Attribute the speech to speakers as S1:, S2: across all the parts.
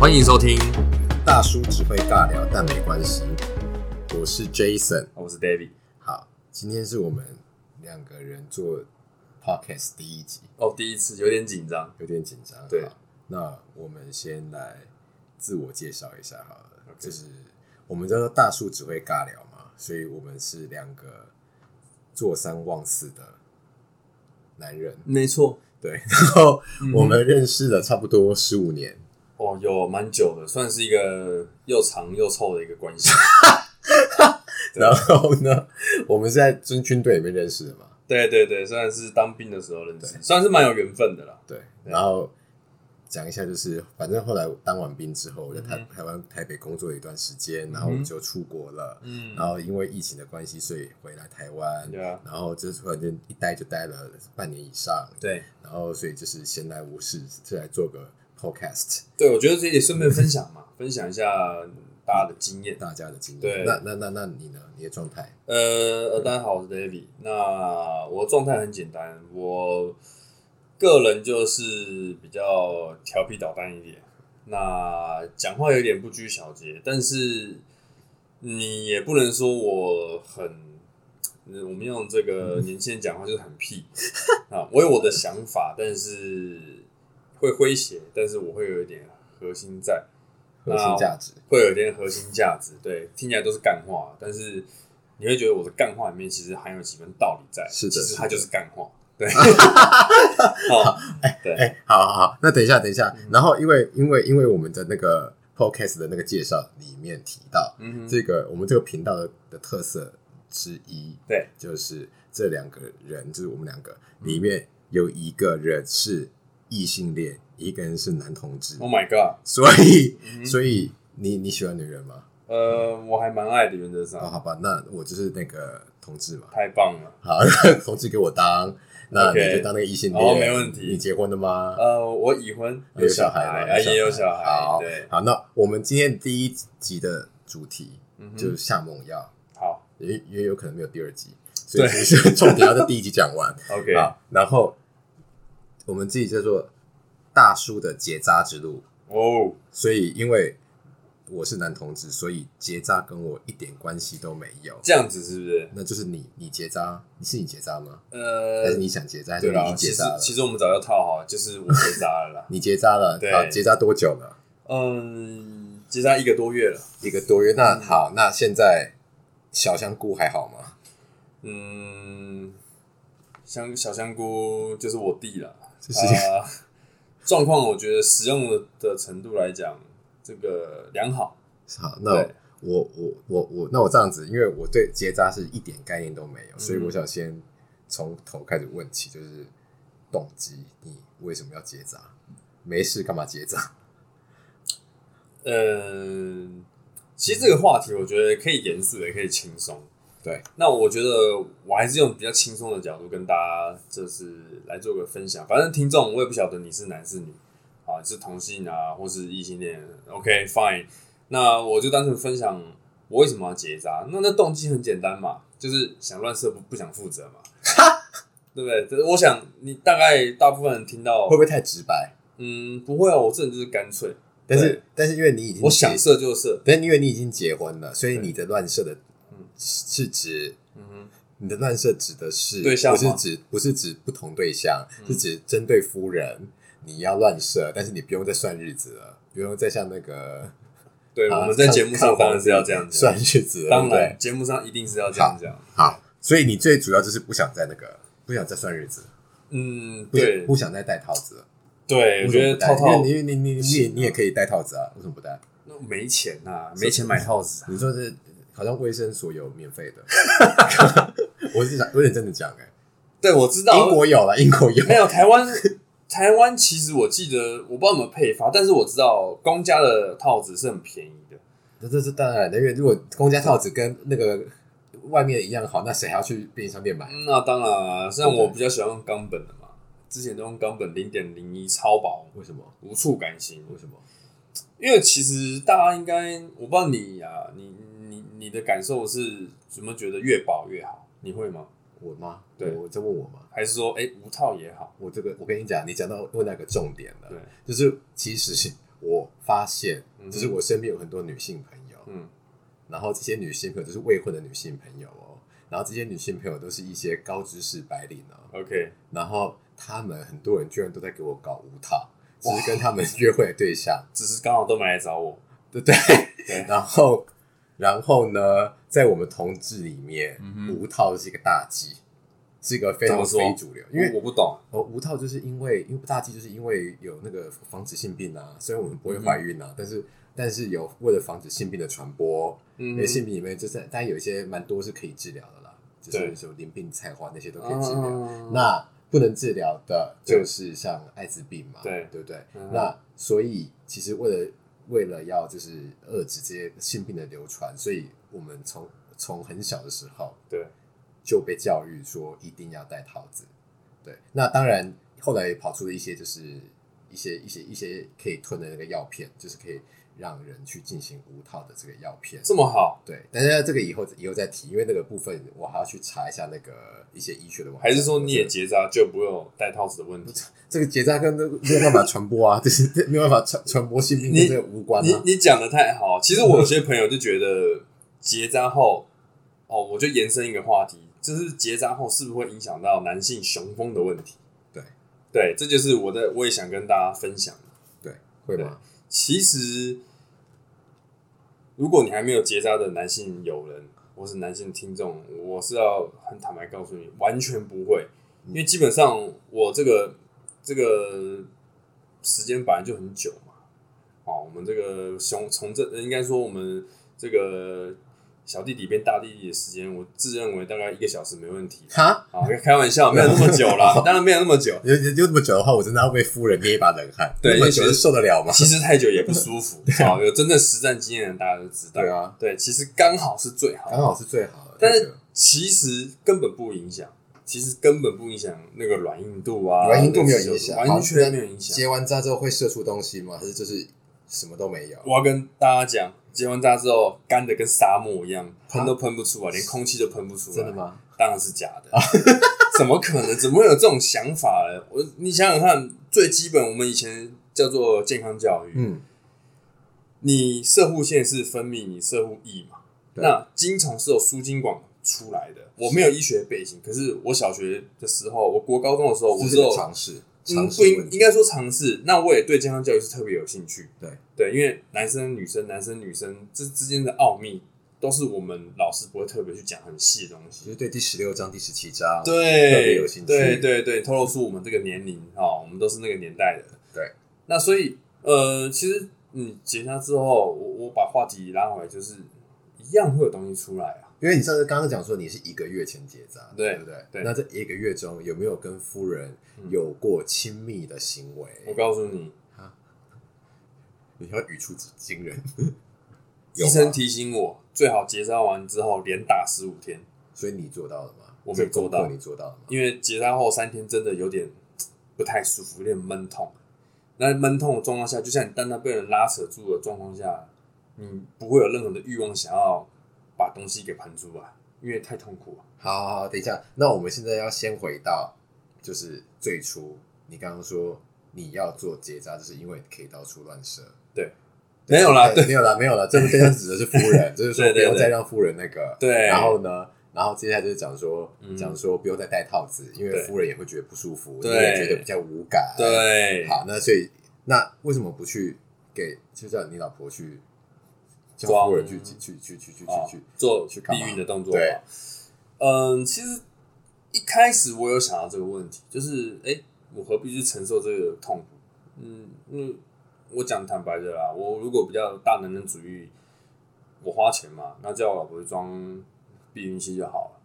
S1: 欢迎收听，
S2: 大叔只会尬聊，但没关系。我是 Jason，
S1: 哦我是 David。
S2: 好，今天是我们两个人做 podcast 第一集，
S1: 哦，第一次有点紧张。
S2: 有点紧张。
S1: 对
S2: 好，那我们先来自我介绍一下好了
S1: OK
S2: 就是我们叫做大叔只会尬聊嘛，所以我们是两个坐三望四的男人。
S1: 没错，
S2: 对， 然后
S1: 嗯
S2: 我们认识了差不多十五年。
S1: 哦，有蛮久的，算是一个又长又臭的一个关系。 对
S2: 然后呢，我们是在军军队里面认识的嘛，
S1: 对对对，算是当兵的时候认识，算是蛮有缘分的啦。
S2: 对，然后讲一下，就是反正后来我当完兵之后，我在台、
S1: 嗯
S2: 台湾台北工作了一段时间，然后我就出国了，
S1: 嗯
S2: 然后因为疫情的关系，所以回来台湾，
S1: 对啊，
S2: 然后就是突然间一待就待了半年以上，
S1: 对
S2: 然后所以就是闲来无事，就来做个 podcast，
S1: 对，我觉得这也顺便分享嘛，分享一下大家的经验。
S2: 大家的经
S1: 对
S2: 验。那那那那你呢？你的状态？
S1: 呃，呃大家好，我是 David。那我的状态很简单，我个人就是比较调皮捣蛋一点，那讲话有点不拘小节，但是你也不能说我很，呃我们用这个年轻人讲话就是很屁啊，我有我的想法，但是会诙谐，但是我会有一点核心在，
S2: 核心价值？
S1: 会有一点核心价值，对，听起来都是干话，但是你会觉得我的干话里面其实含有几分道理在，
S2: 是的
S1: 其实它
S2: 是的
S1: 就是干话， 对，好，对，
S2: 哎、好好好，那等一下，等一下。
S1: 嗯
S2: 然后因为因为因为我们的那个 podcast 的那个介绍里面提到，
S1: 嗯哼，
S2: 这个我们这个频道的的特色之一，
S1: 对，嗯
S2: 就是这两个人，就是我们两个里面有一个人是异性恋，一个人是男同志，
S1: ，Oh my God，
S2: 所以
S1: 嗯哼
S2: 所以你你喜欢女人吗？
S1: 呃，我还蛮爱的，原则
S2: 哦，
S1: 上
S2: 好吧，那我就是那个同志嘛，
S1: 太棒了，
S2: 好， 那同志给我当，那
S1: OK
S2: 你就当那个异性
S1: 哦
S2: 恋，
S1: 没问题
S2: 你结婚了吗？
S1: 呃，我已婚，
S2: 有小
S1: 孩
S2: 孩
S1: 啊
S2: 吗，
S1: 哎也有
S2: 小
S1: 小
S2: 孩
S1: 孩，
S2: 好
S1: 对，
S2: 好，那我们今天第一集的主题
S1: 嗯
S2: 就是
S1: 哼，
S2: 夏梦药，
S1: 好
S2: 也也有可能没有第二集，所以
S1: 对
S2: 就是 重点要在第一集讲 完。
S1: ，OK，
S2: 好，然后我们自己叫做大叔的结扎之路，
S1: 哦，
S2: 所以因为我是男同志，所以结扎跟我一点关系都没有。
S1: 这样子是不是？
S2: 那就是你，你结扎，你是你结扎吗？还
S1: 呃
S2: 是，哎你想结扎？还是
S1: 对
S2: 你已
S1: 啦，
S2: 经
S1: 其
S2: 结
S1: 实
S2: 扎了？，
S1: 其实我们早就套好了，就是我结扎了啦
S2: 你结扎了，
S1: 对
S2: 好，结扎多久了？
S1: 嗯，结扎一个多月了。
S2: 一个多月。那、
S1: 嗯
S2: 好，那现在小香菇还好吗？
S1: 嗯，香小香菇就是我弟了。
S2: 就是、
S1: 啊，状况我觉得使用的的程度来讲，这个良好。
S2: 好，那
S1: 对，
S2: 我我我我，那我这样子，因为我对结扎是一点概念都没有，所以
S1: 嗯
S2: 我想先从头开始问起，就是动机，你为什么要结扎？没事干嘛结扎？
S1: 嗯，其实这个话题我觉得可以严肃，也可以轻松。
S2: 对，
S1: 那我觉得我还是用比较轻松的角度跟大家，就是来做个分享。反正听众我也不晓得你是男是女啊，是同性啊，或是异性恋。OK fine，那我就单纯分享我为什么要结扎。那那动机很简单嘛，就是想乱射不不想负责嘛，对不对？这我想你大概大部分人听到
S2: 会不，会太直白？
S1: 嗯，不会啊，我这人就是干脆，
S2: 但是但是因为你已经
S1: 我想
S2: 结，
S1: 射就射。
S2: 但因为你已经结婚了，所以
S1: 对
S2: 你的乱射的
S1: 嗯
S2: 是指
S1: 嗯哼，
S2: 你的乱射指的是
S1: 对象吗嗯
S2: 不是指不是指不同对象，是指针对夫人，你要乱射，但是你不用再算日子了，不用再像那个。
S1: 对，
S2: 啊
S1: 我们在节目上当然是要这样
S2: 算
S1: 讲，
S2: 日子了，
S1: 当
S2: 对不对
S1: 然节目上一定是要这样讲。
S2: 好，所以你最主要就是不想再那个，不想再算日子，
S1: 嗯，
S2: 不想
S1: 对
S2: 不想再戴套子了。
S1: 对，我觉得套套
S2: 为什么不戴因为你你你你
S1: 是
S2: 也
S1: 啊
S2: 你也可以戴套子啊，为什么不戴？
S1: 那没钱呐，没钱买套 子啊。
S2: 你说这好像卫生所有免 费的，我是想有点真的讲哎，
S1: 对，我知
S2: 英
S1: 道，
S2: 国有了，英国有
S1: 没有台湾，台湾其实我记得我不知道有没有配发，但是我知道公家的套子是很便宜的。
S2: 这这是当然的，因为如果公家套子跟那个外面一样好，那谁还要去便利商店买？
S1: 嗯那当然啊，虽然我比较喜欢用冈本的嘛，之前都用冈本零点零一超薄，
S2: 为什么？
S1: 无触感型。
S2: 为什么？
S1: 因为其实大家应该，我不知道你啊，你你你的感受是怎么觉得越薄越好？你会吗？
S2: 我吗？
S1: 对
S2: 我在问我吗？
S1: 还是说，哎、无套也好？
S2: 我这个，我跟你讲，你讲到问那个重点了。
S1: 对，
S2: 就是其实 我发现，
S1: 嗯
S2: 就是我身边有很多女性朋友，
S1: 嗯
S2: 然后这些女性朋友就是未婚的女性朋友哦，然后这些女性朋友都是一些高知识白领哦，
S1: ，OK，
S2: 然后他们很多人居然都在给我搞无套，只是跟他们 约会的对象，
S1: 只是刚好都没来找我。
S2: 对不对？
S1: 对，
S2: 然后，然后呢，在我们同志里面，
S1: 嗯哼
S2: 无套是一个大忌，是一个非常
S1: 怎么说
S2: 非主流，因
S1: 因为
S2: 为
S1: 我不懂，
S2: 哦，无套就是因为因为大忌，就是因为有那个防止性病啊。虽然我们
S1: 嗯
S2: 不会怀孕啊，但是但是有为了防止性病的传播，
S1: 嗯
S2: 因为性病里面就是当然有一些蛮多是可以治疗的啦，就是
S1: 对
S2: 什么淋病、菜花那些都可以治疗。
S1: 啊
S2: 那不能治疗的
S1: 对
S2: 就是像艾滋病嘛，
S1: 对
S2: 对不对
S1: 嗯？
S2: 那所以其实为了为了要就是遏制这些性病的流传，所以我们从从很小的时候，
S1: 对，
S2: 就被教育说一定要戴套子。对，那当然后来也跑出了一些就是一些一些一些可以吞的那个药片，就是可以让人去进行无套的这个药片。
S1: 这么好，
S2: 对，但是这个以后以后再提，因为那个部分我还要去查一下那个一些医学的网站。
S1: 还是说你
S2: 我觉
S1: 也
S2: 得
S1: 结扎就不会有戴套子的问题？
S2: 这个结扎跟那个没有办法传播啊， 就是没有办法传传播性病跟
S1: 你
S2: 这个无关
S1: 你
S2: 啊。
S1: 你讲的太好，其实我有些朋友就觉得结扎后，哦，我就延伸一个话题，就是结扎后是不是会影响到男性雄风的问题？
S2: 对
S1: 对，这就是我的，我也想跟大家分享的。
S2: 对，会吗？
S1: 其实，如果你还没有结扎的男性友人或是男性听众，我是要很坦白告诉你，完全不会，因为基本上我这个这个时间本来就很久嘛。哦，我们这个从从这应该说我们这个小弟弟变大弟弟的时间，我自认为大概一个小时没问题。
S2: 哈，
S1: 啊，开玩笑，没有那么久啦，当然没有那么久。
S2: 有有有这么久的话，我真的要被夫人捏一把冷汗。
S1: 对
S2: 那么久是受得了吗？
S1: 其实太久也不舒服，好，有真正实战经验的大家都知道。
S2: 对啊，
S1: 对，其实刚好是最好的，
S2: 刚好是最好的。
S1: 但
S2: 那
S1: 是
S2: 个
S1: 其实根本不影响，其实根本不影响那个软硬度啊，
S2: 软硬度没有影响，
S1: 完全没有影响。
S2: 结完扎之后会射出东西吗？还是就是什么都没有？
S1: 我要跟大家讲，结完扎之后干的跟沙漠一样，喷都喷不出啊来，连空气都喷不出来。
S2: 真的？吗？啊
S1: 当然是假的， 怎么可能？怎么会有这种想法呢？我你想想看，最基本我们以前叫做健康教育，
S2: 嗯，
S1: 你射护腺是分泌你射护液嘛？
S2: 对
S1: 那精虫是由输精管出来的。我没有医学背景，可是我小学的时候，我国高中的时候，我
S2: 这
S1: 是
S2: 是
S1: 有
S2: 个尝试，
S1: 嗯
S2: 尝试
S1: 不应
S2: 问
S1: 应
S2: 题。
S1: 该说尝试。那我也对健康教育是特别有兴趣。
S2: 对
S1: 对，因为男生女生、男生女生这之间的奥秘，都是我们老师不会特别去讲很细的东
S2: 就
S1: 西。
S2: 是对第十六章、第十七章，特别
S1: 对
S2: 有兴，趣
S1: 对对对，透露出我们这个年龄啊、哦，我们都是那个年代的。
S2: 对，
S1: 那所以呃，其实你结扎之后，我我把话题拉回来，就是一样会有东西出来啊。
S2: 因为你上次刚刚讲说你是一个月前结扎，
S1: 对
S2: 不对？
S1: 对
S2: 那这一个月中有没有跟夫人
S1: 嗯
S2: 有过亲密的行为？
S1: 我告诉你，
S2: 你要语出惊人。有
S1: 医
S2: 吗
S1: 生提醒我，最好结扎完之后连打十五天，
S2: 所以你做到了吗？
S1: 我没
S2: 这个
S1: 做
S2: 功课
S1: 到
S2: 你做到了吗？
S1: 因为结扎后三天真的有点不太舒服，有点闷痛。那闷痛的状况下，就像你单单被人拉扯住的状况下，你不会有任何的欲望想要把东西给喷出来，因为太痛苦了。
S2: 好好好，等一下，那我们现在要先回到就是最初，你刚刚说你要做结扎，就是因为可以到处乱射。
S1: 对，没有啦，对
S2: 哎没有啦，没有啦，这个对象指的是夫 人，就是说
S1: 对
S2: 不
S1: 对
S2: 用
S1: 对
S2: 再让夫人那个。
S1: 对
S2: 然后呢，然后接下来就是讲说
S1: 嗯，
S2: 讲说不用再戴套子，因为
S1: 对
S2: 夫人也会觉得不舒服，
S1: 对
S2: 你也觉得比较无感。。啊
S1: 对，
S2: 好，那所以那为什么不去给就叫你老婆去叫
S1: 装
S2: 夫人去去去去去去
S1: 哦
S2: 去
S1: 做
S2: 去干
S1: 避
S2: 嘛
S1: 孕的动作。
S2: 对，
S1: 嗯，其实一开始我有想到这个问题，就是哎、诶我何必去承受这个痛苦？嗯，嗯，我讲坦白的啦，我如果比较大男人主义，我花钱嘛，那叫我老婆去装避孕器就好了。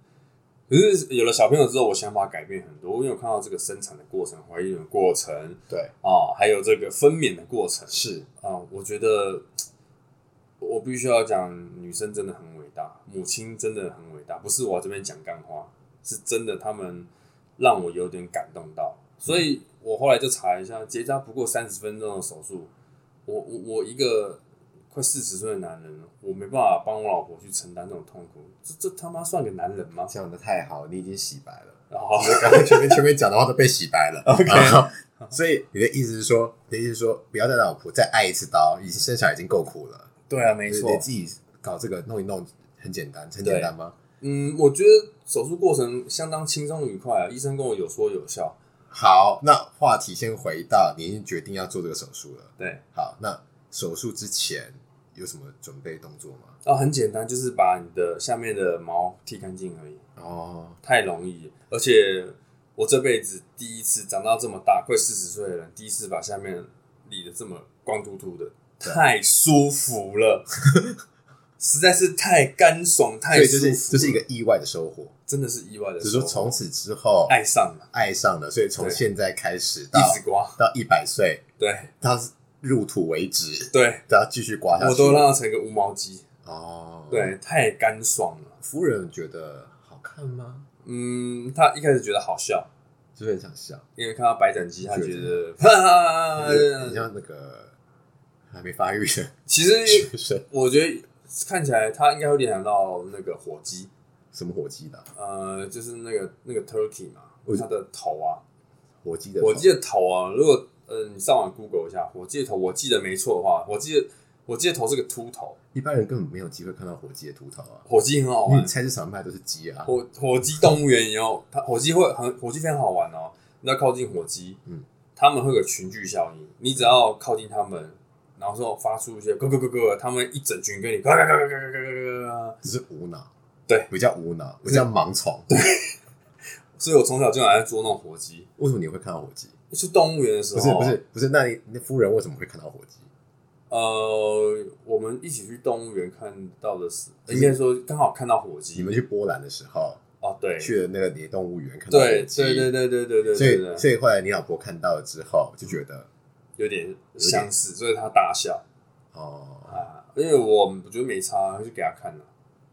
S1: 可是有了小朋友之后，我想法改变很多，因为我看到这个生产的过程、怀孕的过程
S2: 对，
S1: 啊、还有这个分娩的过程，
S2: 是
S1: 啊、我觉得我必须要讲，女生真的很伟大，母亲真的很伟大，不是我这边讲干话，是真的，他们让我有点感动到，所以我后来就查一下，结扎不过三十分钟的手术，我我我一个快四十岁的男人，我没办法帮我老婆去承担这种痛苦，这这他妈算个男人吗？
S2: 讲的太好，你已经洗白了。
S1: 然后
S2: 刚刚前面前面讲的话都被洗白了。OK， 所以你的意思是说，你的意思是说，不要再让老婆再挨一次刀，已经生小孩已经够苦了，
S1: 对啊，没错
S2: 你。自己搞这个弄一弄，很简单，很简单吗？
S1: 嗯，我觉得手术过程相当轻松愉快啊，医生跟我有说有笑。
S2: 好，那话题先回到你已经决定要做这个手术了。
S1: 对
S2: 好，那手术之前有什么准备动作吗？
S1: 啊，很简单，就是把你的下面的毛剃干净而已，
S2: 哦，
S1: 太容易。而且我这辈子第一次长到这么大，快四十岁的人，第一次把下面理的这么光秃秃的，
S2: 对啊
S1: 太舒服了， 实在是太干爽，
S2: 所
S1: 太
S2: 以
S1: 舒
S2: 这
S1: 服了，
S2: 是这是一个意外的收获，
S1: 真的是意外的
S2: 只是
S1: 收获，
S2: 说从此之后
S1: 爱上了，
S2: 爱上了，所以从
S1: 对
S2: 现在开始到
S1: 一直刮，
S2: 到一百岁，
S1: 对
S2: 到入土为止，
S1: 对，
S2: 都要继续刮下去。
S1: 我都让它成一个无毛鸡，
S2: 哦，，
S1: 对，太干爽了。
S2: 夫人觉得好看吗？
S1: 嗯，他一开始觉得好笑，
S2: 就是很想笑，
S1: 因为看到白斩鸡，他觉
S2: 觉
S1: 得，哈哈
S2: 就 是很像那个还没发育的
S1: 其实
S2: 学生，
S1: 我觉得看起来他应该会联想到那个火鸡，
S2: 什么火鸡的啊、
S1: 呃，就是那个那个 turkey 嘛
S2: 我，
S1: 它的头啊，
S2: 火鸡的
S1: 火鸡的头啊，如果呃你上网 Google 一下火鸡的头，我记得没错的话，我记得我记得头是个秃头，
S2: 一般人根本没有机会看到火鸡的秃头啊，
S1: 火鸡很好
S2: 因为
S1: 玩
S2: 你，菜市场卖都是鸡啊。
S1: 火火鸡动物园也有，它火鸡会很火鸡非常好玩哦。你要靠近火鸡，
S2: 嗯，
S1: 他们会有群聚效应，你只要靠近他们，然后说发出一些咯咯咯咯，他们一整群跟你咯咯咯咯咯咯咯咯咯。
S2: 只是无脑，
S1: 对，
S2: 不叫无脑，我叫盲从。对，
S1: 所以我从小就很爱捉弄火鸡。
S2: 为什么你会看到火鸡？
S1: 去动物园的时
S2: 不
S1: 候，
S2: 是不，是不是，那你那夫人为什么会看到火鸡？
S1: 呃，我们一起去动物园看到的是，
S2: 就是
S1: 应该说刚好看到火鸡。
S2: 你们去波兰的时候，
S1: 哦，对，
S2: 去了那个野动物园看到火
S1: 对
S2: 鸡，
S1: 对对对对对对
S2: 所
S1: 对
S2: 以
S1: 对，
S2: 所以后来你老婆看到了之后就觉得，
S1: 有点相似，所以他大笑。
S2: 哦，
S1: 啊，因为我我觉得没差，就给他看了。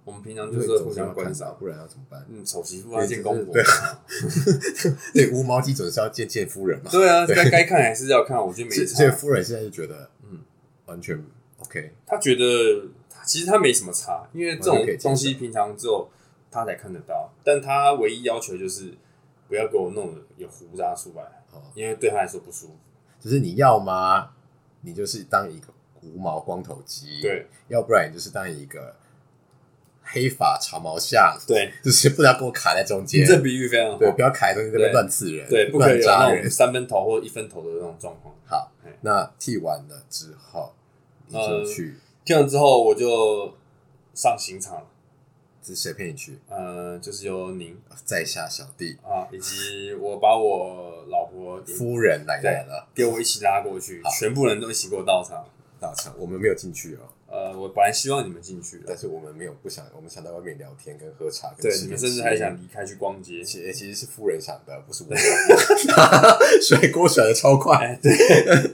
S1: 我们平常
S2: 因
S1: 就
S2: 为
S1: 是
S2: 总
S1: 互
S2: 是要
S1: 相观
S2: 看到，
S1: 赏。
S2: 不然要怎么办？
S1: 嗯，丑媳妇啊，
S2: 对
S1: 见公婆
S2: 就
S1: 啊。
S2: 对，无毛鸡总是要见见夫人嘛。
S1: 对 啊，该该看还是要看，我觉得
S2: 所
S1: 没
S2: 以所以
S1: 差。
S2: 夫人现在就觉得，
S1: 嗯
S2: 嗯，完全 OK，
S1: 他觉得其实他没什么差，因为这种
S2: 我就可以接受
S1: 东西平常只有他才看得到，但他唯一要求就是不要给我弄得有胡渣出来，
S2: 哦，
S1: 因为对他来说不舒服。
S2: 就是你要吗？你就是当一个无毛光头鸡，，
S1: 对
S2: 要不然你就是当一个黑发长毛象，
S1: 对，
S2: 就是不要给我卡在中
S1: 你
S2: 间，
S1: 这比喻非常
S2: 对，
S1: 好
S2: 不。要卡在中间这边
S1: 对
S2: 乱刺人，
S1: 对，不可
S2: 乱
S1: 以有
S2: 扎
S1: 那种
S2: 人。
S1: 三分头或一分头的那种哎状况。
S2: 好
S1: 嘿，
S2: 那剃完了之后，你就
S1: 呃
S2: 去，
S1: 听完之后，我就上刑场了。
S2: 是谁陪你去？哦
S1: 呃，就是由您
S2: 在下小弟，
S1: 啊，以及我把我老婆也
S2: 夫人来来了，
S1: 给我一起拉过去，全部人都一起给我到场。
S2: 到场，我们没有进去哦，
S1: 呃，我本来希望你们进去的
S2: 但，是我们没有不想，我们想在外面聊天跟喝茶，跟
S1: 对，你
S2: 吃点
S1: 们甚至
S2: 吃
S1: 还想。离开去逛街。
S2: 其实其实是夫人想的，不是我。 甩锅甩的超快，
S1: 哎，对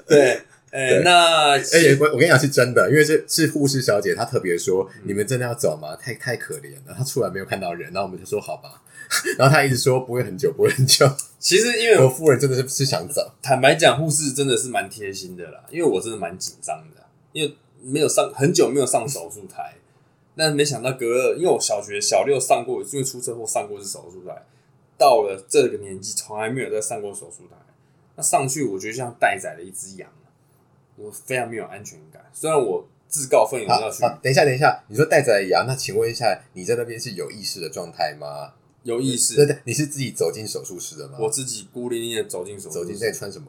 S1: 对，哎，
S2: 对
S1: 那
S2: 而且我我跟你讲是真的，因为是是护士小姐，她特别说、
S1: 嗯
S2: 你们真的要走吗？太太可怜了，她出来没有看到人，然后我们就说好吧， 然后她一直说不会很久，不会很久。
S1: 其实因为
S2: 我
S1: 我
S2: 夫人真的是是想走，
S1: 坦白讲，护士真的是蛮贴心的啦，因为我真的蛮紧张的，因为没有上很久没有上手术台，但没想到隔了，因为我小学小六上过，因为出车祸上过一次手术台，到了这个年纪从来没有再上过手术台，那上去我觉得像待宰了一只羊，我非常没有安全感。虽然我自告奋勇
S2: 好
S1: 要去，
S2: 好，等一下，等一下，你说带着羊，那请问一下，你在那边是有意识的状态吗？
S1: 有意
S2: 对
S1: 识，
S2: 对，你是自己走进手术室的吗？
S1: 我自己孤零零的走进手术
S2: 走
S1: 室
S2: 进，在穿什么？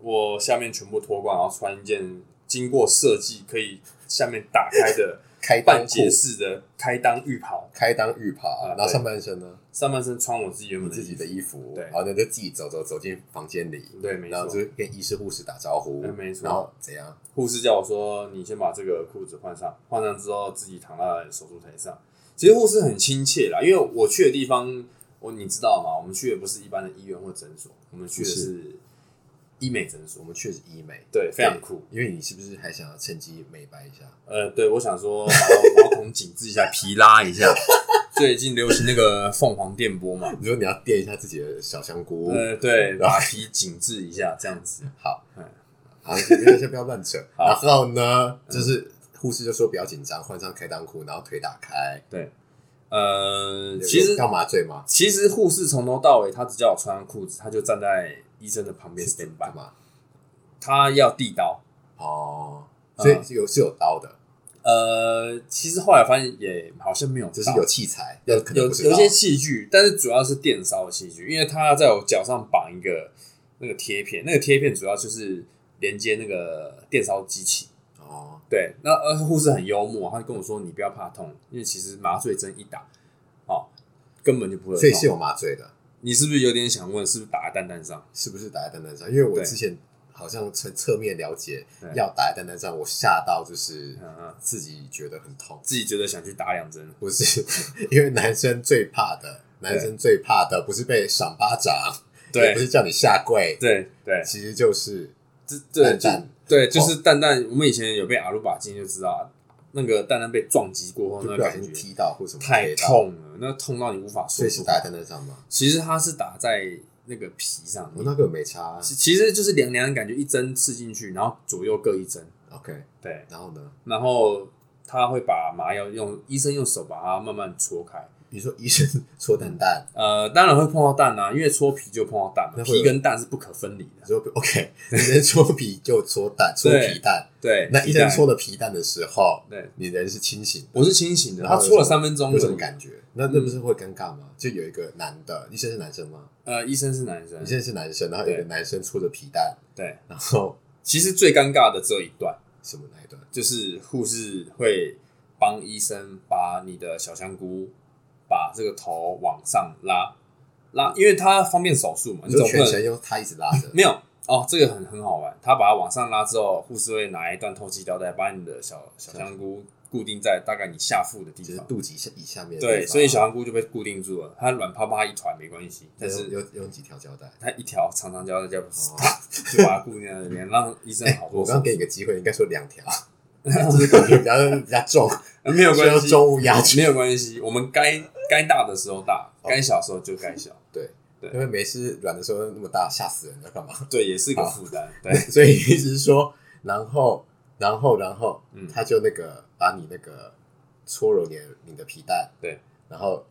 S1: 我下面全部脱光，然后穿一件经过设计可以下面打开的。
S2: 开裆
S1: 半截
S2: 裤、
S1: 式的开裆浴袍，
S2: 开裆浴
S1: 啊
S2: 袍，
S1: 对
S2: 然后上半身呢，
S1: 上半身穿我自己原
S2: 你
S1: 本
S2: 自己的
S1: 衣
S2: 衣服，
S1: 对
S2: 然后呢就自己走走走进房间里，
S1: 服。对，没
S2: 然后
S1: 错
S2: 就。跟医师护士打招呼，
S1: 哎没错
S2: 然后怎样？
S1: 护士叫我说：“你先把这个裤子换上，换上之后自己躺在手术台上。”其实护士很亲切啦，因为我去的地方，我你知道吗？我们去的不是一般的医院或诊所，我们去的
S2: 不是
S1: 是医美诊所
S2: 我。们确实医美，
S1: 对，非常酷。
S2: 因为你是不是还想要趁机美白一下？
S1: 呃，对，我想说把毛孔紧致一下， 皮拉一下。最近流行那个凤凰电波嘛，
S2: 你说你要垫一下自己的小香菇，
S1: 呃，对，把皮紧致一下，这样子。
S2: 好
S1: 嗯，
S2: 好，先不要先不要乱扯。
S1: 好 嗯
S2: 然后呢，就是护士就说不要紧张，换上开裆裤，然后腿打开。
S1: 呃，其实
S2: 要麻醉吗？
S1: 其实护士从头到尾，他只叫我穿上裤子，他就站在医医生的旁边 stand
S2: 干
S1: by，
S2: 嘛？
S1: 他要递刀。
S2: 哦，所以
S1: 嗯
S2: 是有是有刀的，
S1: 呃，其实后来发现也好像没有刀，
S2: 只是有器材，
S1: 有
S2: 但可
S1: 有
S2: 能不是
S1: 有
S2: 刀
S1: 些器具，但是主要是电烧的器具，因为它在我脚上绑一个那个贴片，那个贴片主要就是连接那个电烧机器。
S2: 哦，
S1: 对，那呃护士很幽默，他就跟我说你不要怕痛，因为其实麻醉针一打，哦，根本就不会有
S2: 所以
S1: 痛
S2: 是有麻醉的，
S1: 你是不是有点想问，是不是打在蛋蛋上？
S2: 是不是打在蛋蛋上？因为我
S1: 对
S2: 之前好像从侧面了解
S1: 对
S2: 要打在蛋蛋上，我吓到就是
S1: 嗯嗯，
S2: 自己觉得很痛，
S1: 自己觉得想去打两针，
S2: 不是 因为男生最怕的，男生最怕的不是被赏巴掌，也
S1: 对
S2: 不是叫你下跪，
S1: 对对，
S2: 其实就是
S1: 这对
S2: 蛋哦
S1: 就
S2: 蛋
S1: 对，就是蛋蛋，我们以前有被阿鲁巴进就知道，那个蛋蛋被撞击过后
S2: 就
S1: 那
S2: 不
S1: 个
S2: 小
S1: 感
S2: 心
S1: 觉
S2: 踢到或什么
S1: 太
S2: 踢到，
S1: 痛了，那痛到你无法
S2: 所
S1: 说
S2: 以是
S1: 出
S2: 打在
S1: 口。
S2: 蛋蛋上吗？
S1: 其实它是打在那个皮上
S2: 我
S1: 面，
S2: 那个没差啊
S1: 其其实就是凉凉的感觉，一针刺进去，然后左右各一针，
S2: ，OK，
S1: 对，
S2: 然后呢？
S1: 然后他会把麻药用医生用手把它慢慢戳开。
S2: 你说医生戳蛋蛋，
S1: 呃，当然会碰到蛋啊，因为戳皮就碰到蛋嘛，
S2: 那会有
S1: 皮跟蛋是不可分离
S2: 你
S1: 的。
S2: 说 OK，医生戳皮就戳蛋，戳
S1: 对
S2: 皮蛋。
S1: 对，
S2: 那医生
S1: 皮蛋
S2: 戳，了皮蛋的时候，
S1: 对，
S2: 你人是清醒的，
S1: 我是清醒的，
S2: 然后
S1: 他
S2: 有
S1: 戳了
S2: 什么
S1: 三分钟，
S2: 有什么？感觉？呃嗯那那不
S1: 嗯
S2: 是会尴尬吗？就有一个男的，医生是男生吗？
S1: 呃，医生是男生
S2: 医，生是男生，然后有一个
S1: 对
S2: 男生戳着皮蛋，
S1: 对。
S2: 然后
S1: 其实最尴尬的这一段，
S2: 什么那一段？
S1: 就是护士会帮医生把你的小香菇把这个头往上拉拉，因为他方便手术嘛，
S2: 你
S1: 你总
S2: 说
S1: 不
S2: 全
S1: 能
S2: 程用他一直拉着，
S1: 没有哦，这个很很好玩。他把它往上拉之后，护士会拿一段透气胶带把你的小小香菇固定在大概你下腹的地
S2: 就是
S1: 方。
S2: 肚脐下以下面的地方。
S1: 对，所以小香菇就被固定住了。它软趴趴一团没关系，但
S2: 但是
S1: 是
S2: 用用几条胶带。
S1: 它一条长长胶带就
S2: 哦
S1: 啪就把它固定在那边，让医生好
S2: 我
S1: 多手。
S2: 刚给你个机会，应该说 两条，就是感觉比较比较重，
S1: 呃没有
S2: 需要
S1: 关系，
S2: 重物压去。
S1: 没有关系。我们该该大的时候大，
S2: 哦
S1: 该小的时候就该小。
S2: 对，
S1: 对
S2: 因为没事软的时候那么大，吓死人，要干嘛？
S1: 对，也是一个
S2: 好
S1: 负担。对，
S2: 所以一直说，然后，然后，然后，
S1: 嗯
S2: 他就那个把你那个搓揉你的你的皮带，
S1: 对，
S2: 然后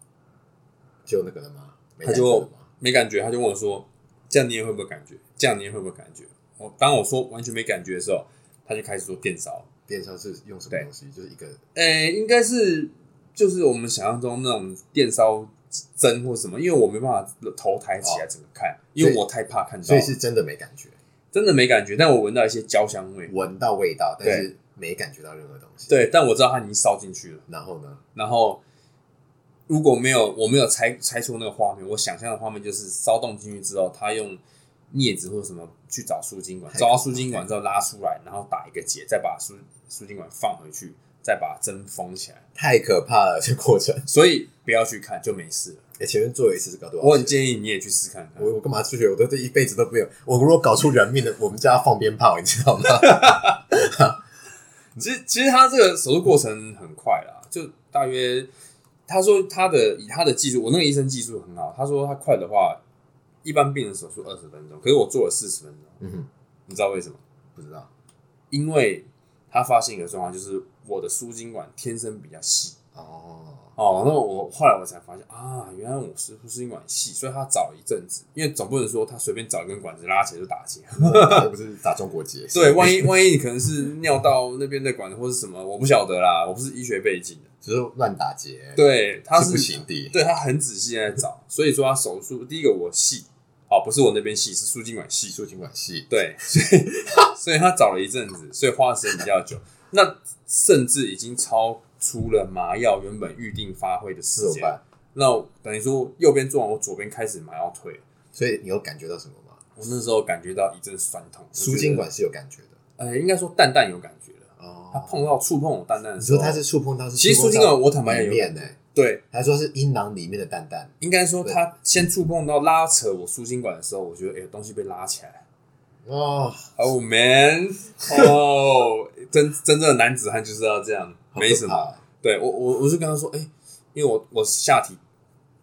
S2: 就那个了吗？没
S1: 他
S2: 感觉
S1: 就
S2: 了吗
S1: 没感觉，他就问我说：“这样你也会不会感觉？这样你也会不会感觉？”我当我说完全没感觉的时候，他就开始做电烧。
S2: 电烧是用什么
S1: 对
S2: 东西？就是一个
S1: 诶、应该是就是我们想象中那种电烧针或什么，因为我没办法头抬起来整个看，因为我太怕看到
S2: 哦所
S1: 了，
S2: 以是真的没感觉，
S1: 真的没感觉。但我闻到一些焦香味，
S2: 闻到味道，但
S1: 对
S2: 是没感觉到任何东西。，
S1: 对，但我知道它已经烧进去了。
S2: 然后呢？
S1: 然后如果没有我没有猜猜错那个画面，我想象的画面就是骚动进去之后，他用镊子或什么去找输精管，
S2: 太可
S1: 找
S2: 怕
S1: 到输精管之后拉出来，然后打一个结，再把输输精管放回去，再把针封起来。
S2: 太可怕了，这过程。
S1: 所以不要去看，就没事了。
S2: 哎，前面做一次是搞多少钱？
S1: 我很建议你也去试看看
S2: 我。我干嘛出去？我都这一辈子都没有。我如果搞出人命的，我们家要放鞭炮，你 知道吗？
S1: 其实其实他这个手术过程很快啦，就大约他说他的以他的技术，我那个医生技术很好，他说他快的话，一般病人手术二十分钟，可是我做了四十分钟，
S2: 嗯哼，
S1: 你知道为什么？
S2: 不知道。
S1: 因为他发现一个状况，就是我的输精管天生比较细
S2: 哦，
S1: 哦。那我后来我才发现啊，原来我是输精管细，所以他找了一阵子，因为总不能说他随便找一根管子拉起来就打 结。
S2: 那不是打中国结？
S1: 对，万一万一你可能是尿道那边的管子或是什么，我不晓得啦，我不是医学背景的。
S2: 只是乱打结，，
S1: 对，他
S2: 是不行的。
S1: 对他很仔细地在找，所以说他手术第一个我细哦，不是我那边细，是输精管细
S2: 技。术尽管细，
S1: 对，所以 所以他找了一阵子，所以花的时间比较久。那甚至已经超出了麻药原本预定发挥的时
S2: 是怎么
S1: 间
S2: 办。？
S1: 那我等于说右边做完，我左边开始麻药退了。
S2: 所以你有感觉到什么吗？
S1: 我那时候感觉到一阵酸痛，我觉
S2: 输
S1: 得
S2: 精，管是有感觉的
S1: 呃，应该说蛋蛋有感觉了。
S2: 哦
S1: 他碰到触碰我蛋蛋的
S2: 你
S1: 时候，
S2: 说他是触碰到是
S1: 其实
S2: 触
S1: 输
S2: 碰
S1: 精
S2: 到
S1: 管，我坦白也
S2: 里
S1: 有感
S2: 面
S1: 觉
S2: 呢，
S1: 对，
S2: 他说是阴囊里面的蛋蛋，
S1: 应该说他先触碰到拉扯我输精管的时候，我觉得哎、东西被拉起来。
S2: 哦，
S1: Oh man，哦、真真正的男子汉就是要这样，
S2: 好可怕
S1: 没什么。，对我我我就跟他说，哎、因为我我下体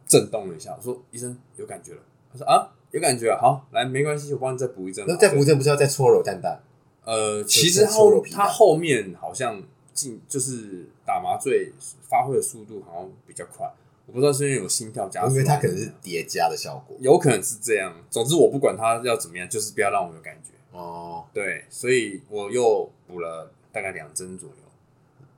S1: 震动了一下，我说医生有感觉了，他说啊有感觉了，好来没关系，我帮你再补一针麻
S2: 那
S1: 醉。
S2: 在福建不是要再搓揉蛋蛋？
S1: 呃，
S2: 是
S1: 其实
S2: 在搓揉
S1: 后
S2: 皮带
S1: 他后面好像进就是打麻醉发挥的速度好像比较快，我不知道是因为我心跳加速，
S2: 因为它可能是叠加的效果。
S1: 有可能是这样。总之我不管它要怎么样，就是不要让我有感觉。
S2: 哦，
S1: 对，所以我又补了大概两针左右，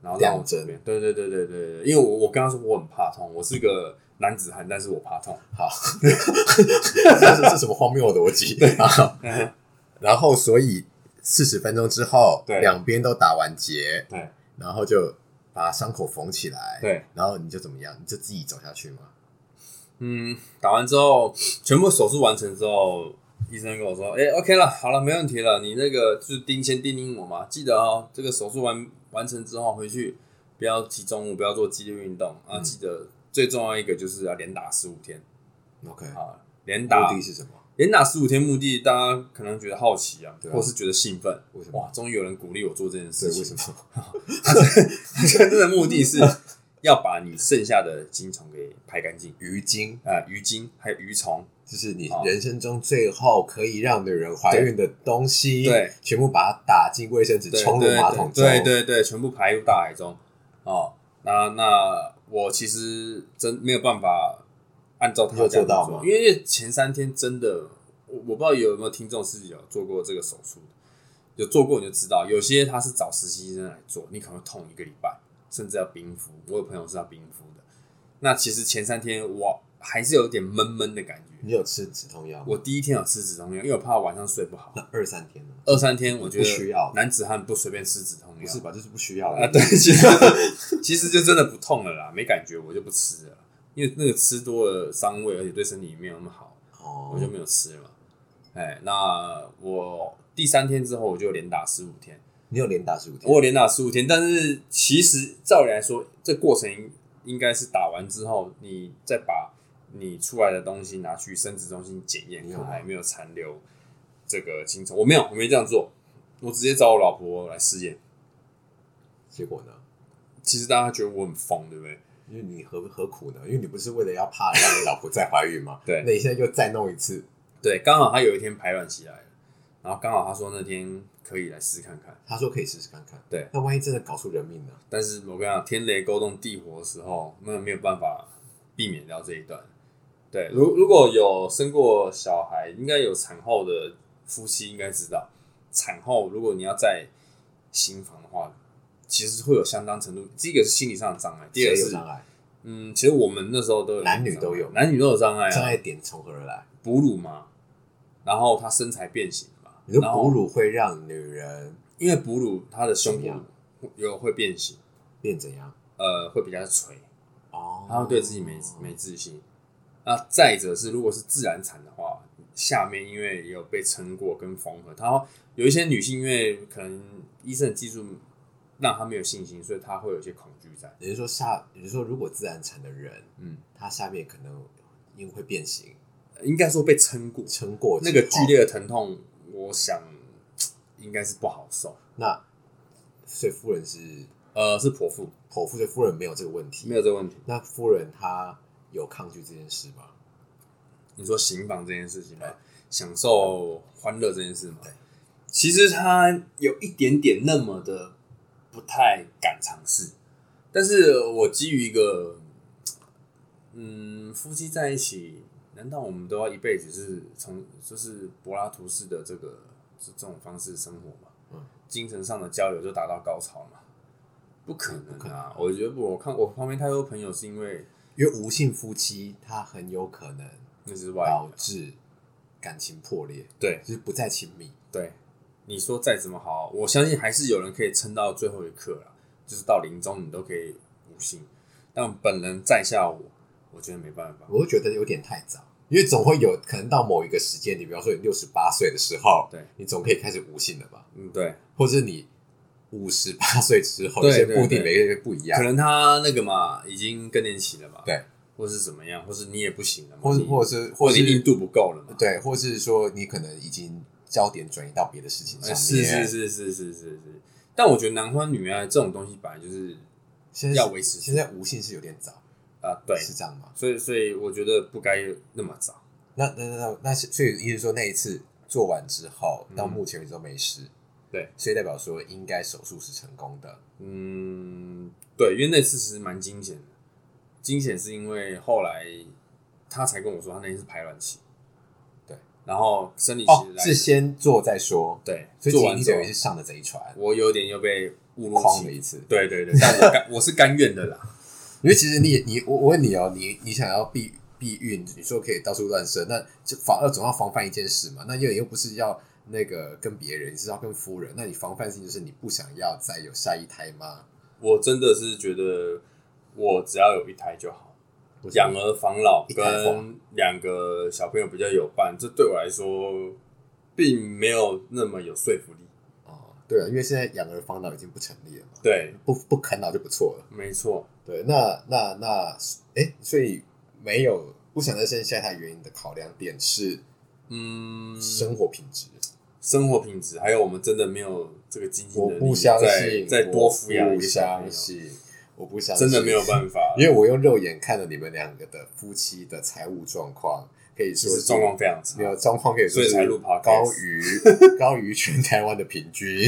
S1: 然后让我
S2: 两针
S1: 这边，对对对对对对，因为我我跟他说我很怕痛，我是个男子汉，但是我怕痛。
S2: 好， 这是是什么荒谬的逻 辑？好
S1: 嗯
S2: 然后，所以四十分钟之后，
S1: 对
S2: 两边都打完结，
S1: 对
S2: 然后就把伤口缝起来，，
S1: 对，
S2: 然后你就怎么样？你就自己走下去吗？
S1: 嗯，打完之后，全部手术完成之后，医生跟我说：“哎、o k 了，好了，没问题了。你那个就是叮先叮咛我嘛，记得哦，这个手术完完成之后回去不要集中午，不要做激烈运动啊，
S2: 嗯
S1: 记得最重要一个就是要连打十五天
S2: OK，
S1: 啊，连打
S2: 目的是什么？
S1: 连打十五天，目的大家可能觉得好奇啊，
S2: 对啊
S1: 或是觉得兴奋，
S2: 为什么
S1: 哇，终于有人鼓励我做这件
S2: 对
S1: 事，情。
S2: 为什么？
S1: 真正的目的是要把你剩下的精虫给排干净
S2: 鱼精
S1: 啊，鱼精还有鱼虫。”
S2: 就是你
S1: 好
S2: 人生中最后可以让女人怀孕的东西，
S1: 对，
S2: 全部把它打进卫生纸，
S1: 对
S2: 冲入马桶中，
S1: 对对对对，全部排入大海中。哦，那那我其实真没有办法按照他
S2: 你有
S1: 这样
S2: 做到
S1: 子
S2: 吗
S1: 因为前三天真的，我我不知道有没有听众是有做过这个手术的，有做过你就知道，有些他是找实习生来做，你可能会痛一个礼拜，甚至要冰敷。我有朋友是要冰敷的，那其实前三天我还是有点闷闷的感觉。
S2: 你有吃止痛药吗？
S1: 我第一天有吃止痛药，因为我怕晚上睡不好。
S2: 那二三天呢？
S1: 二三天我觉得
S2: 不需要
S1: 男子汉不随便吃止痛药，
S2: 不是吧？就是不需要
S1: 啊，对，其实其实就真的不痛了啦，没感觉，我就不吃了，因为那个吃多了伤胃，而且对身体没有那么好，
S2: 哦，
S1: 我就没有吃了嘛。哎，那我第三天之后我就连打十五天，
S2: 你有连打十五天，
S1: 我有连打十五天，但是其实照理来说，这过程应应该是打完之后，你再把你出来的东西拿去生殖中心检验，
S2: 你有
S1: 看
S2: 吗
S1: 还有没有残留这个精虫。我没有，我没这样做，我直接找我老婆来试验。
S2: 结果呢？
S1: 其实大家觉得我很疯，对不对？？
S2: 因为你何何苦呢？因为你不是为了要怕让你老婆再怀孕吗
S1: 对
S2: 那你现在又再弄一次，
S1: 对，刚好他有一天排卵期来了，然后刚好他说那天可以来试看看，
S2: 他说可以试试看看。
S1: 对，
S2: 那万一真的搞出人命呢？
S1: 但是我跟你讲，天雷勾动地火的时候，那没有办法避免掉这一段。对，如如果有生过小孩，应该有产后的夫妻应该知道，产后如果你要在新房的话，其实会有相当程度，第一个是心理上的障碍，第二个
S2: 谁有
S1: 是
S2: 障碍，
S1: 嗯，其实我们那时候都有
S2: 男女
S1: 障碍
S2: 都有
S1: 男女都有障碍、啊，
S2: 障碍点从何而来？
S1: 哺乳嘛，然后她身材变形嘛，
S2: 你说
S1: 然后
S2: 哺乳会让女人
S1: 因为哺乳它的胸
S2: 怎么
S1: 部
S2: 样
S1: 有会变形，
S2: 变怎样？
S1: 呃，会比较垂，
S2: 哦，
S1: 它会对自己没没自信。那再者是，如果是自然产的话，下面因为也有被撑过跟缝合，它有一些女性因为可能医生的技术让她没有信心，所以她会有一些恐惧在。
S2: 也就是说下，也就是说，如果自然产的人，
S1: 嗯，
S2: 他下面可能因为会变形，
S1: 呃应该说被撑过，
S2: 撑过之
S1: 那
S2: 后
S1: 个剧，烈的疼痛，我想应该是不好受。
S2: 那所以夫人是
S1: 呃，是剖腹，
S2: 剖腹，所以夫人没有这个问题。
S1: 没有这个问题。
S2: 那夫人她有抗拒这件事吗？
S1: 你说刑房这件事情吗
S2: 对？
S1: 享受欢乐这件事吗
S2: 对？
S1: 其实他有一点点那么的不太敢尝试，但是我基于一个，嗯，夫妻在一起，难道我们都要一辈子是从就是柏拉图式的这个这这种方式生活吗？
S2: 嗯，
S1: 精神上的交流就达到高潮嘛？不可
S2: 不可
S1: 能啊
S2: 能！
S1: 我觉得不，我看我旁边太多朋友是因为
S2: 因为无性夫妻，他很有可能
S1: 那是外
S2: 导
S1: 遇，
S2: 致感情破裂，
S1: 对，
S2: 就是不再亲密。
S1: 对，你说再怎么好，我相信还是有人可以撑到最后一刻啦，就是到临终你都可以无心。但本人在下我，我觉得没办法。
S2: 我会觉得有点太早，因为总会有可能到某一个时间，你比方说你六十八岁的时候，
S1: 对，
S2: 你总可以开始无性了吧？
S1: 嗯，对，
S2: 或者你五十八岁之后，
S1: 对
S2: 有些
S1: 对
S2: 目的
S1: 对
S2: 每个人不一样
S1: 可，能他那个嘛，已经更年期了嘛，
S2: 对，
S1: 或是怎么样，或是你也不行了嘛，
S2: 或是
S1: 你
S2: 或是
S1: 嗯或
S2: 或
S1: 是硬
S2: 是
S1: 度不够了嘛，
S2: 对，或是说你可能已经焦点转移到别的事情上
S1: 哎，是是
S2: 面，
S1: 是是是是是。但我觉得男欢女爱这种东西本来就是
S2: 现在
S1: 要维持
S2: 现在无性是有点早，
S1: 啊、对，
S2: 是这样吗？
S1: 所以所以我觉得不该那么早。
S2: 那那那那那是，所以意思说那一次做完之后，
S1: 嗯
S2: 到目前为止都没事，
S1: 对，
S2: 所以代表说应该手术是成功的。
S1: 嗯，对，因为那次其实蛮惊险的，惊险是因为后来他才跟我说他那天是排卵期，
S2: 对，
S1: 然后生理期
S2: 哦，
S1: 来、
S2: 是先做再说，
S1: 对，
S2: 所以
S1: 做
S2: 其实
S1: 完
S2: 你
S1: 之
S2: 等
S1: 后
S2: 于是上了贼船，
S1: 我有点又被误入
S2: 框了
S1: 歧
S2: 一次。
S1: 对对对，但我甘我是甘愿的啦，
S2: 因为其实你也你我我问你哦，你你想要避避孕，你说可以到处乱射，那就防呃要总要防范一件事嘛。那因为你又不是要那个跟别人，你是要跟夫人，那你防范性就是你不想要再有下一胎吗？
S1: 我真的是觉得我只要有一胎就好，养儿防老
S2: 一胎化
S1: 跟两个小朋友比较有伴，这对我来说并没有那么有说服力。
S2: 哦，对啊，因为现在养儿防老已经不成立了嘛，
S1: 对，
S2: 不不啃老就不错了。
S1: 没错，
S2: 对，那那那，哎，所以没有不想再生下一胎原因的考量点是
S1: 嗯，
S2: 生活品质。
S1: 生活品质，还有我们真的没有这个经济
S2: 我
S1: 能力
S2: 不相
S1: 再
S2: 信，
S1: 再多
S2: 我
S1: 抚养一
S2: 不
S1: 个小朋
S2: 相
S1: 友，
S2: 信，我不相信，
S1: 真的没有办法，
S2: 因为我用肉眼看了你们两个的夫妻的财务状况，可以
S1: 其
S2: 说
S1: 实
S2: 是
S1: 状况非常差
S2: 没。有状况可以说
S1: 所以才
S2: 是
S1: 录 podcast
S2: 高 于高于全台湾的平均。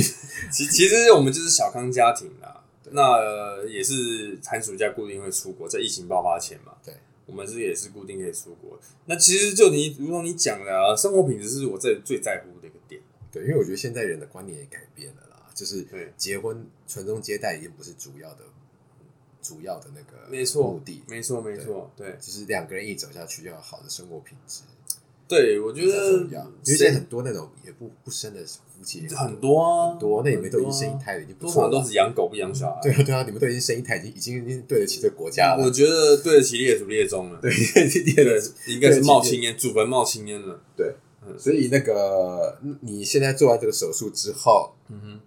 S1: 其其实我们就是小康家庭啦，那、呃也是寒暑假固定会出国，在疫情爆发前嘛，
S2: 对，
S1: 我们是也是固定可以出国。那其实就你如同你讲的、啊，生活品质是我最最在乎的一个点。
S2: 对，因为我觉得现在人的观念也改变了啦，就是
S1: 对
S2: 结婚传宗接代已经不是主要的主要的那个
S1: 没错
S2: 目的，
S1: 没错，没错，对
S2: 就是两个人一走下去要有好的生活品质
S1: 对，我觉
S2: 比较重要
S1: 得。
S2: 因为现在很多那种也不不生的夫妻也
S1: 很多啊，
S2: 很多，那你们都
S1: 很多
S2: 已经
S1: 啊
S2: 生一胎了，已经不
S1: 通
S2: 错
S1: 常
S2: 了
S1: 都。是养狗不养小孩。
S2: 对啊，对啊，你们都已经生一胎，已经已经已经对得起这个国家了
S1: 我。觉得对得起列祖列宗了。
S2: 对，对
S1: 对，应该是冒青烟，祖坟冒青烟了。
S2: 对
S1: 嗯
S2: 所以那个你现在做完这个手术之后，
S1: 嗯哼，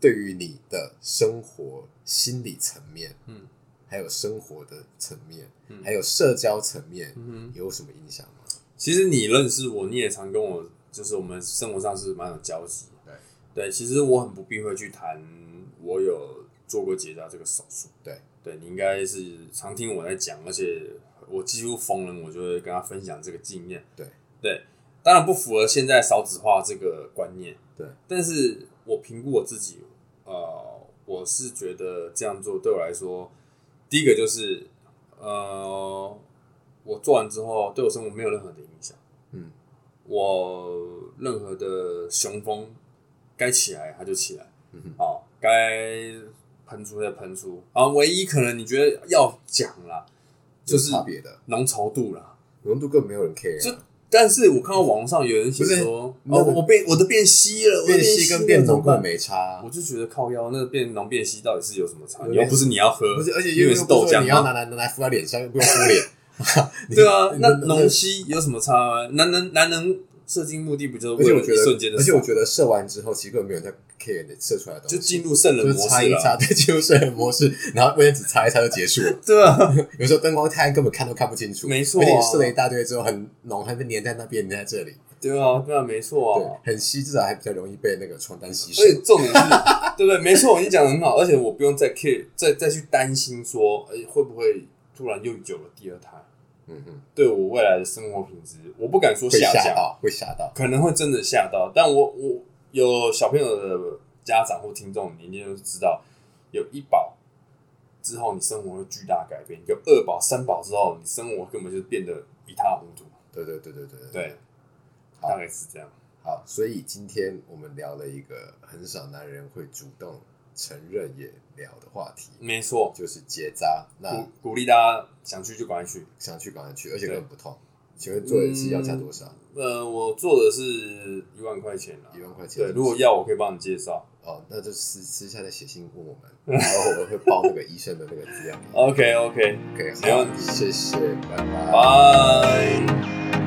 S2: 对于你的生活心理层面，
S1: 嗯，
S2: 还有生活的层面，
S1: 嗯
S2: 还有社交层面，
S1: 嗯哼。
S2: 有什么影响吗？
S1: 其实你认识我，你也常跟我，就是我们生活上是蛮有交集。
S2: 对
S1: 对，其实我很不避讳去谈我有做过结扎这个手术。
S2: 对，
S1: 对你应该是常听我在讲，而且我几乎逢人我就会跟他分享这个经验。
S2: 对
S1: 对，当然不符合现在少子化这个观念。
S2: 对，
S1: 但是我评估我自己，呃，我是觉得这样做对我来说，第一个就是呃，我做完之后对我生活没有任何的影响。
S2: 嗯，
S1: 我任何的雄风该起来它就起来，
S2: 嗯哼
S1: 哦，该喷出就喷出，啊，唯一可能你觉得要讲啦，就是
S2: 有差别的
S1: 浓稠度啦。
S2: 浓度根本没有人 care，
S1: 就
S2: 啊
S1: 但是我看到网上有人写说，哦，
S2: 不是那个
S1: 我变我的变稀了，我的
S2: 变稀
S1: 了
S2: 跟变浓
S1: 怎么
S2: 根
S1: 办
S2: 本没差啊
S1: 我。就觉得靠腰那个变浓变稀到底是有什么差？
S2: 有
S1: 你又
S2: 点
S1: 不是你要喝，
S2: 不是，而且
S1: 因
S2: 因
S1: 为
S2: 为
S1: 是豆浆
S2: 你要
S1: 吗
S2: 拿来拿来敷在脸上，又不用敷 脸。你
S1: 对啊，那
S2: 你
S1: 浓稀有什么差吗？男人男人射精目的不就是
S2: 而且
S1: 为
S2: 我
S1: 了
S2: 觉
S1: 一
S2: 得，
S1: 瞬间的
S2: 而
S1: 爽，
S2: 且我觉得射完之后，其实根本没有人在 care 你射出来的东西，
S1: 就进入圣人
S2: 就
S1: 模
S2: 是
S1: 式
S2: 擦一
S1: 了
S2: 擦，
S1: 啊。
S2: 对，进入射人模式，然后卫生纸擦一擦就结束了。
S1: 对啊，
S2: 有时候灯光太暗，根本看都看不清楚。
S1: 没错啊
S2: 而且你射了一大堆之后，很浓，还被粘在那边，粘在这里，
S1: 对啊，对啊，没错啊。
S2: 对，很稀，至少还比较容易被那个床单吸
S1: 而且
S2: 收。
S1: 重点是，对不对？没错，你讲的很好，而且我不用再 care，再再去担心说，哎、会不会突然又有了第二胎，
S2: 嗯嗯，
S1: 对我未来的生活品质，我不敢说
S2: 会
S1: 下
S2: 吓
S1: 降，
S2: 到，会吓到。
S1: 可能会真的吓到。但我我有小朋友的家长或听众，你一定就知道，有一宝之后，你生活会巨大改变；有二宝、三宝之后，你生活根本就变得一塌糊涂。
S2: 对对对对对
S1: 对，
S2: 好
S1: 大概是这样。
S2: 好，所以今天我们聊了一个很少男人会主动承认也聊的话题，
S1: 没错，
S2: 就是结扎。那
S1: 鼓鼓励大家想去就赶快去。
S2: 想去赶快去，而且根本不痛。请问做一次要价多少？
S1: 呃，我做的是一万块钱啦啊
S2: 一。万块钱。
S1: 对，如果要我可以帮你介绍。
S2: 哦，那就私私下再写信问我们，然后我们会报那个医生的那个资料给你。
S1: OK OK，
S2: OK，
S1: 没
S2: 好
S1: 问，题
S2: 谢谢，拜拜。
S1: 拜。